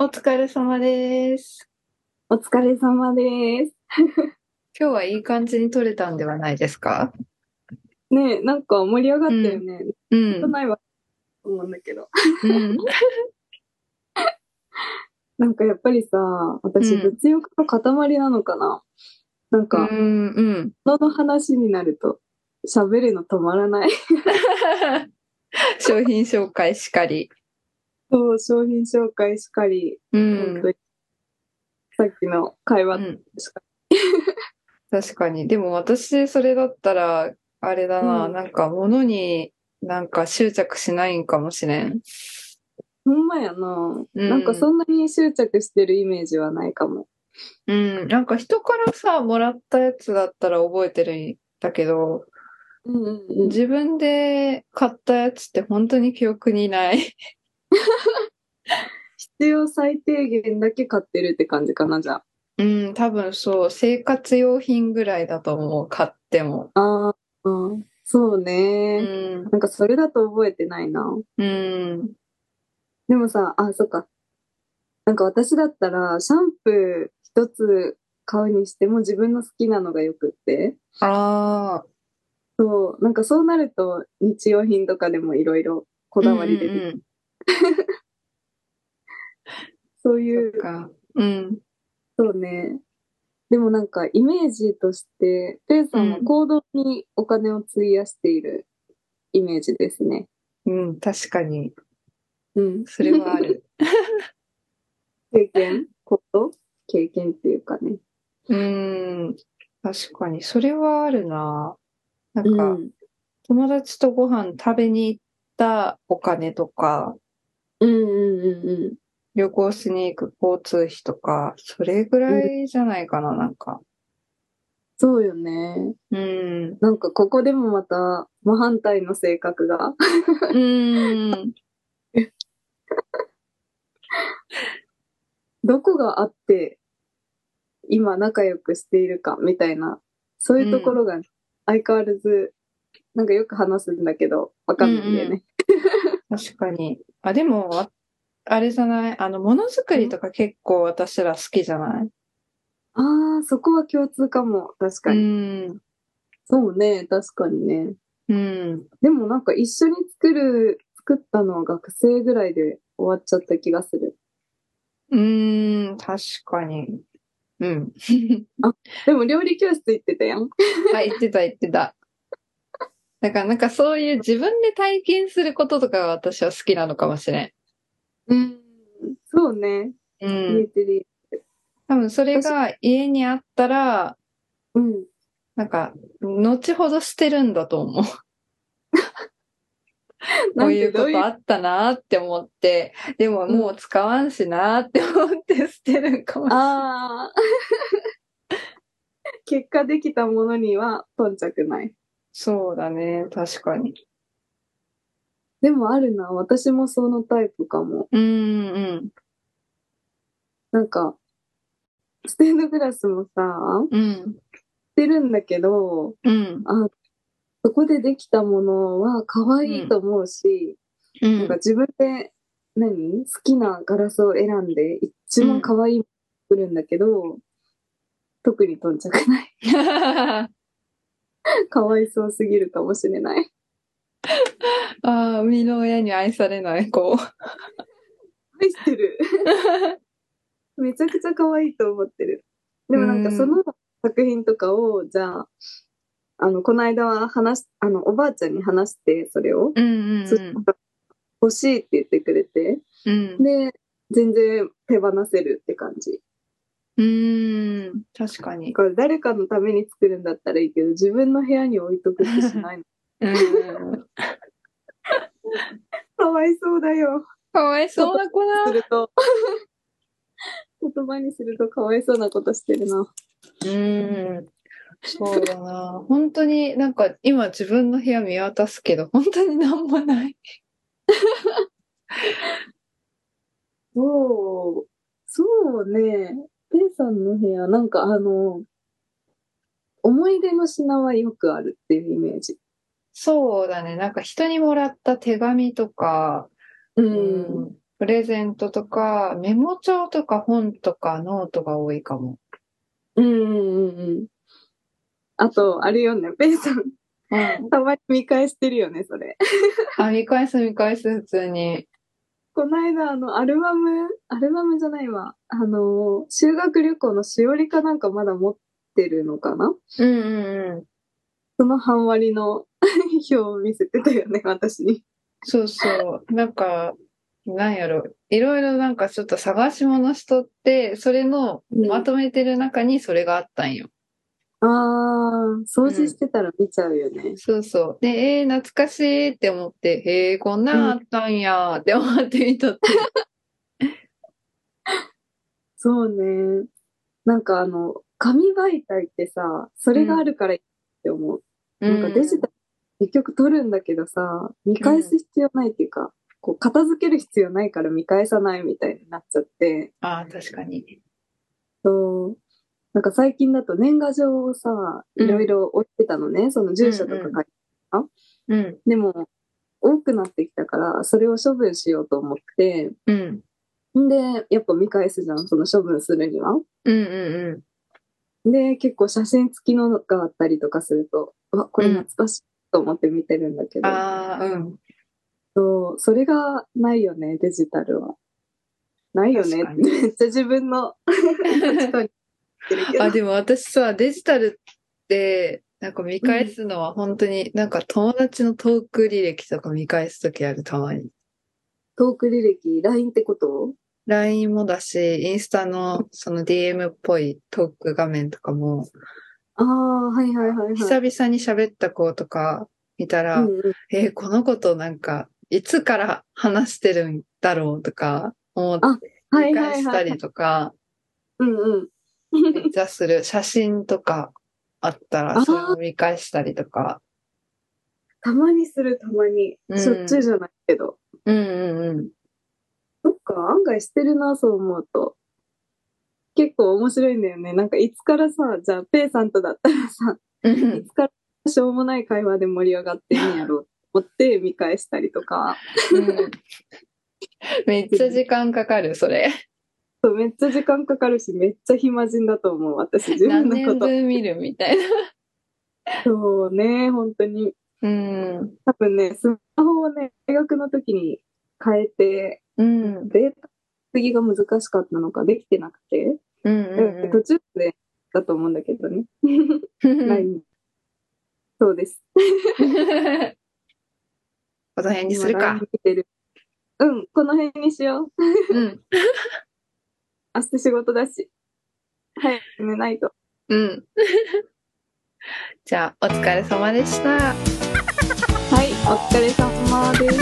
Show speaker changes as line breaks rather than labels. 疲れ様です。
お疲れ様です。
今日はいい感じに撮れたんではないですか
ねえ、なんか盛り上がったよね。
う
少
ん。
ないわ、思うんだけど。
うん。
なんかやっぱりさ、私、
うん
物欲の塊なのかな。なん
う
か、
ん。うん。
人の話になると、喋るの止まらない。
商品紹介しかり。
そう、商品紹介しかり、
う
本
ん
当。にさっきの会
う
話、
ん
しか
確かに。でも私、それだったら、あれだな、
うん
なんか物になんか執着しないんかもしれん。
ほんまやな、
うん
なんかそんなに執着してるイメージはないかも。
うん。なんか人からさ、もらったやつだったら覚えてるんだけど、
うんうんうん。
自分で買ったやつって本当に記憶にない。
必要最低限だけ買ってるって感じかな、じゃあ。
うん、多分そう、生活用品ぐらいだと思う、買っても。
ああ、うんそうね。
うん。
なんかそれだと覚えてないな。
うん。
でもさ、あ、そっか。なんか私だったら、シャンプー一つ買うにしても自分の好きなのがよくって。
ああ。
そう、なんかそうなると日用品とかでもいろいろこだわり出
うん
て
うんうん
そういう、
か。うん。
そうね。でもなんかイメージとして、ペイさんは
うん
行動にお金を費やしているイメージですね。
うん、確かに。
うん。
それはあ。 る。
経験こと経験っていうかね。
うん。確かに。それはあるな。な
うん
か、
ん。
友達とご飯食べに行ったお金とか、
うんうんうんうん。
旅行しに行く交通費とか、それぐらいじゃないかな、なんか。
そうよね。
うん。
なんかここでもまた真反対の性格が。
うん。
どこがあって今仲良くしているかみたいな、そういうところが相変わらず、なんかよく話すんだけど、わかんないんだよね。
確かに。あ、でも、ああれじゃないあの、ものづくりとか結構私ら好きじゃない
ああ、そこは共通かも。確か
う
に。
ん。
そうね、確かにね。
うん。
でもなんか一緒に作る、作ったのは学生ぐらいで終わっちゃった気がする。
うん、確かに。うん。
でも料理教室行ってたやん。
あ、言ってた言ってた。だからなんかそういう自分で体験することとかが私は好きなのかもしれ
うん。そうね。
ん。う
言え
ん。
てる。
多分それが家にあったら、
うん。
なんか、後ほど捨てるんだと思 う。こ
なん
う
て
いう
ど
こ
ういう
とあったなって思って、でももう使わんしなって思って捨てるんかもしれない。
ああ。 結果できたものには頓着ない。
そうだね、確かに。
でもあるな、私もそのタイプかも。
うん、うん、
なんか、ステンドグラスもさ、
うん、
してるんだけど、
うん、
あ、そこでできたものは可愛いと思うし、
う
なん
ん
か、自分で何好きなガラスを選んで一番可愛いものを作るんだけど、特に頓着ない。 かわいそうすぎるかもしれない。
ああ、生みの親に愛されない子。
愛し てる。めちゃくちゃ可愛いと思ってる。でもなんか
うん
その作品とかを、じゃあ、あの、この間は話し、あの、おばあちゃんに話して、それを、
うん、うん、
そ
うん
う。欲しいって言ってくれて、
うん
で、全然手放せるって感じ。
うーん、確かに
だ。から誰かのために作るんだったらいいけど、自分の部屋に置いとくってしな いの。
うん、
かわいそうだよ。
かわいそうな子
す
だ。
ると。 言葉にするとかわいそうなことしてるな。
うん、そうだな。本当になんか今自分の部屋見渡すけど、本当になんもない。
そう、そうね。ペイさんの部屋、なんかあの、思い出の品はよくあるっていうイメージ。
そうだね。なんか人にもらった手紙とか、
う。
うんんプレゼントとか、メモ帳とか本とかノートが多いかも。
うんうんうんうん。あと、あれよね、ペイさん、
うん。
たまに見返してるよね、それ。
あ、見返す見返す、普通に。
この間、あの、アルバム、アルバムじゃないわ。あの、修学旅行のしおりかなんかまだ持ってるのかな
うんうんうん。
その半割の 表を見せてたよね、私に。
そうそう。なんか、なんやろ。いろいろなんかちょっと探し物しとって、それの
うん
まとめてる中にそれがあったんよ。
あー、掃除してたら見ちゃうよね。
そうそう。で、えー、懐かしいって思って、へえ、こんなんあったんやって思って見とって。
そうね。なんかあの、紙媒体ってさ、それがあるからいいって思う。なんかデジタル、結局取るんだけどさ、見返す必要ないっていうか、こう片付ける必要ないから見返さないみたいになっちゃって、
うん、ああ、確かに。
そう、なんか最近だと年賀状をさ、
うん
いろいろ置いてたのね、その住所とか書いて、
うん。
でも、多くなってきたから、それを処分しようと思って、
うん。
んで、やっぱ見返すじゃん、その処分するには。
うんうんうん。
で、結構写真付きのがあったりとかすると、うわ、これ懐かしいと思って見てるんだけど、
ああ、うん。
そう、それがないよね、デジタルは。ないよね。
確かに
めっちゃ自分の人に言ってるけど
あ、でも私さ、デジタルって、なんか見返すのは本当に、なんか友達のトーク履歴とか見返すときある、たまに。
トーク履歴、LINE ってこと
LINE もだし、インスタのその DM っぽいトーク画面とかも、
ああ、はいはいはいはい。
久々に喋った子とか見たら、
うんうん
えーこの子となんか、いつから話してるんだろうとか、思っ
あ
て見返したりとか、
うんうん。
めっちゃする。写真とかあった
あ
ら、
ー
それを見返したりとか。
たまにする、たまに。
うん
しょっちゅうじゃないけど。
うんうんうん。
そっか、案外してるな、そう思うと。結構面白いんだよね。なんか、いつからさ、じゃあ、ペイさんとだったらさ、
うん
いつからしょうもない会話で盛り上がってんやろうと思って見返したりと か。
うんめっちゃ時間かかる、それ。
そうめっちゃ時間かかるし、めっちゃ暇人だと思う、私、自
何
分の
年
こと。
分見るみたいな。
そうね、本当に。
うん。
多分ね、スマホをね、大学の時に変えて、
うん。
データ次が難しかったのか、できてなくて、
うんうんう
途中でだと思うんだけどね。
ん。
LINE そうです。
この辺にする
今
か
LINE。見てるうん、この辺にしよう。
うん。
明日仕事だし。はい、寝ないと。
うん。じゃあ、お疲れ様でした。
はい、お疲れ様です。